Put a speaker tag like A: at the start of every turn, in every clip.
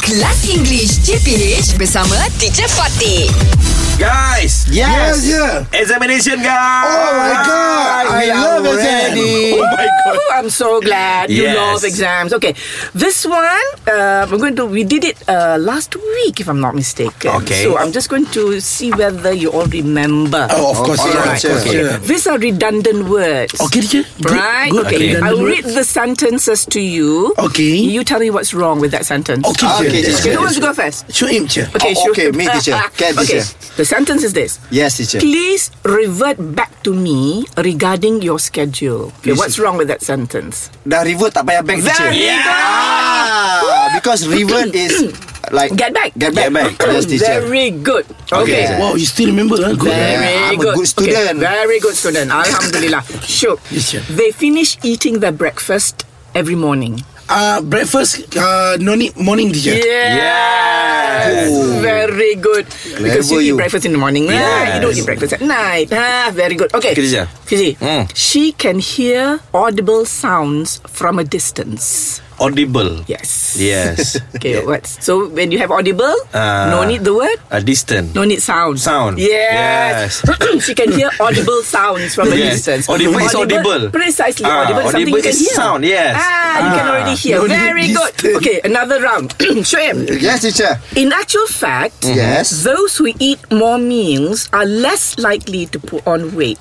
A: Kelas English CPH bersama Teacher Fatih.
B: Guys
C: Yes, yeah.
B: Examination guys
C: Oh my God, I
D: we are
C: love exam.
D: ready.
B: Oh my god
D: Ooh, I'm so glad you
B: Yes.
D: love exams. Okay, this one uh, we're going to. We did it uh, last week, if I'm not mistaken.
B: Okay.
D: So I'm just going to see whether you all remember.
C: Oh, of course, yeah,
D: Alright,
C: of course,
D: okay.
C: yeah.
D: These are redundant words.
C: Okay, teacher. Good,
D: right.
C: good,
D: okay.
C: redundant
D: I'll read
C: words.
D: the sentences to you.
C: Okay.
D: You tell me what's wrong with that sentence.
C: Okay,
D: Okay.
C: teacher.
D: Who wants to go first?
C: Show him, teacher.
D: Okay.
C: Oh,
D: sure.
C: okay, me, teacher. Can,
D: okay.
C: teacher.
D: The sentence is this.
C: Yes, teacher.
D: Please revert back to me regarding your schedule. Okay, what's wrong with that sentence?
C: Dah revert tak payah back, teacher.
D: Very
C: Ah, because revert is like
D: Get back.
C: Get back. Yes, teacher.
D: Very good. Okay.
C: Yeah.
E: Wow, you still remember, huh? Good.
D: Very
C: Yeah, I'm a
D: good.
C: good student.
D: Okay, very good student. Alhamdulillah. Sure.
E: Yes, sir.
D: They finish eating their breakfast every morning.
E: Uh, breakfast, uh, no need morning, teacher. Oh.
D: Yes. Very good. Because you,
C: Clever
D: eat
C: you.
D: breakfast in the morning, right? You don't
B: Yes.
D: eat breakfast at night. Ah, very good. Okay.
B: Okay, teacher.
D: Fizi,
B: Mm.
D: She can hear audible sounds from a distance.
B: Audible
D: Yes.
B: Yes
D: Okay, what? So when you have audible,
B: Ah.
D: no need the word,
B: A distant
D: no need sound.
B: Sound.
D: Yes. she can hear audible sounds from a
B: Yes.
D: distance.
B: Audible is audible.
D: Precisely.
B: Ah,
D: audible is
B: audible
D: something you can
B: is
D: hear.
B: sound, yes.
D: Ah, you can
B: Ah.
D: already hear.
C: No need
D: Very good.
C: distance.
D: Okay, another round. Shoaib.
C: Yes, teacher.
D: In actual fact,
B: Mm-hmm.
C: Yes.
D: those who eat more meals are less likely to put on weight.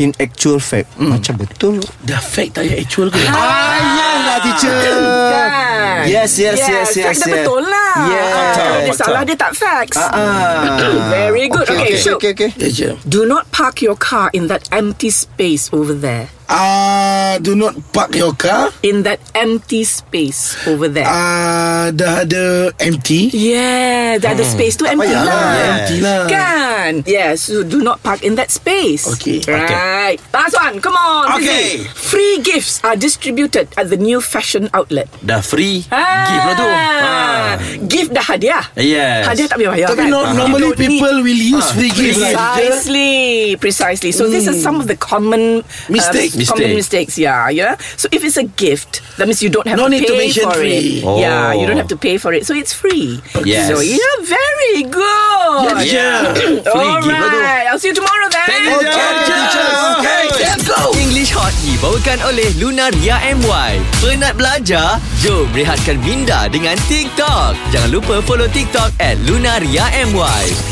C: In actual fact, macam betul.
E: The fact that you actual good.
C: Hmm. Ah, yes lah, teacher.
B: Uh,
D: Kan?
C: Yes, yes, yes, yes,
D: Fact dia
C: yes.
D: betul lah.
C: Yes.
D: Ah, Kalau dia
B: Betul.
D: salah, dia tak facts.
C: Ah.
D: Very good. Okay,
C: Okay, okay,
D: sure.
C: okay, okay.
E: Teacher.
D: Do not park your car in that empty space over there.
E: Uh, do not park your car.
D: In that empty space over there.
E: Uh, dah ada empty.
D: yeah, that the space tu empty
C: payah
D: lah.
C: lah.
E: Empty lah.
D: Kan? Yes, so do not park in that space.
E: Okay, okay.
D: Right. Last one, come on.
B: Okay.
D: Fizi. Free gifts are distributed at the new fashion outlet.
B: Dah free Gift lah tu ah.
D: Gift dah hadiah.
B: Yes
D: Hadiah tak payah bayar.
E: Tapi
D: kan?
E: no,
D: You
E: normally
D: don't need
E: people will use
D: Ah,
E: free gift lah, teacher.
D: Precisely, precisely. So this is some of the common
E: Mistake.
D: uh, common
B: Mistake.
D: mistakes. Yeah, yeah. So if it's a gift, that means you don't have
E: No
D: to
E: need to
D: pay
E: mention
D: for
E: free.
D: it. Yeah, you don't
B: Oh.
D: have to pay for it, so it's free.
B: Yes.
D: So yeah, very good.
B: Yeah Free
D: All
B: gift lah tu
D: right. I'll see you tomorrow then.
B: Okay E
F: Let's go! English Hot dibawakan oleh Lunaria MY. Penat belajar? Jom rehatkan minda dengan TikTok. Jangan lupa follow TikTok at Lunaria MY.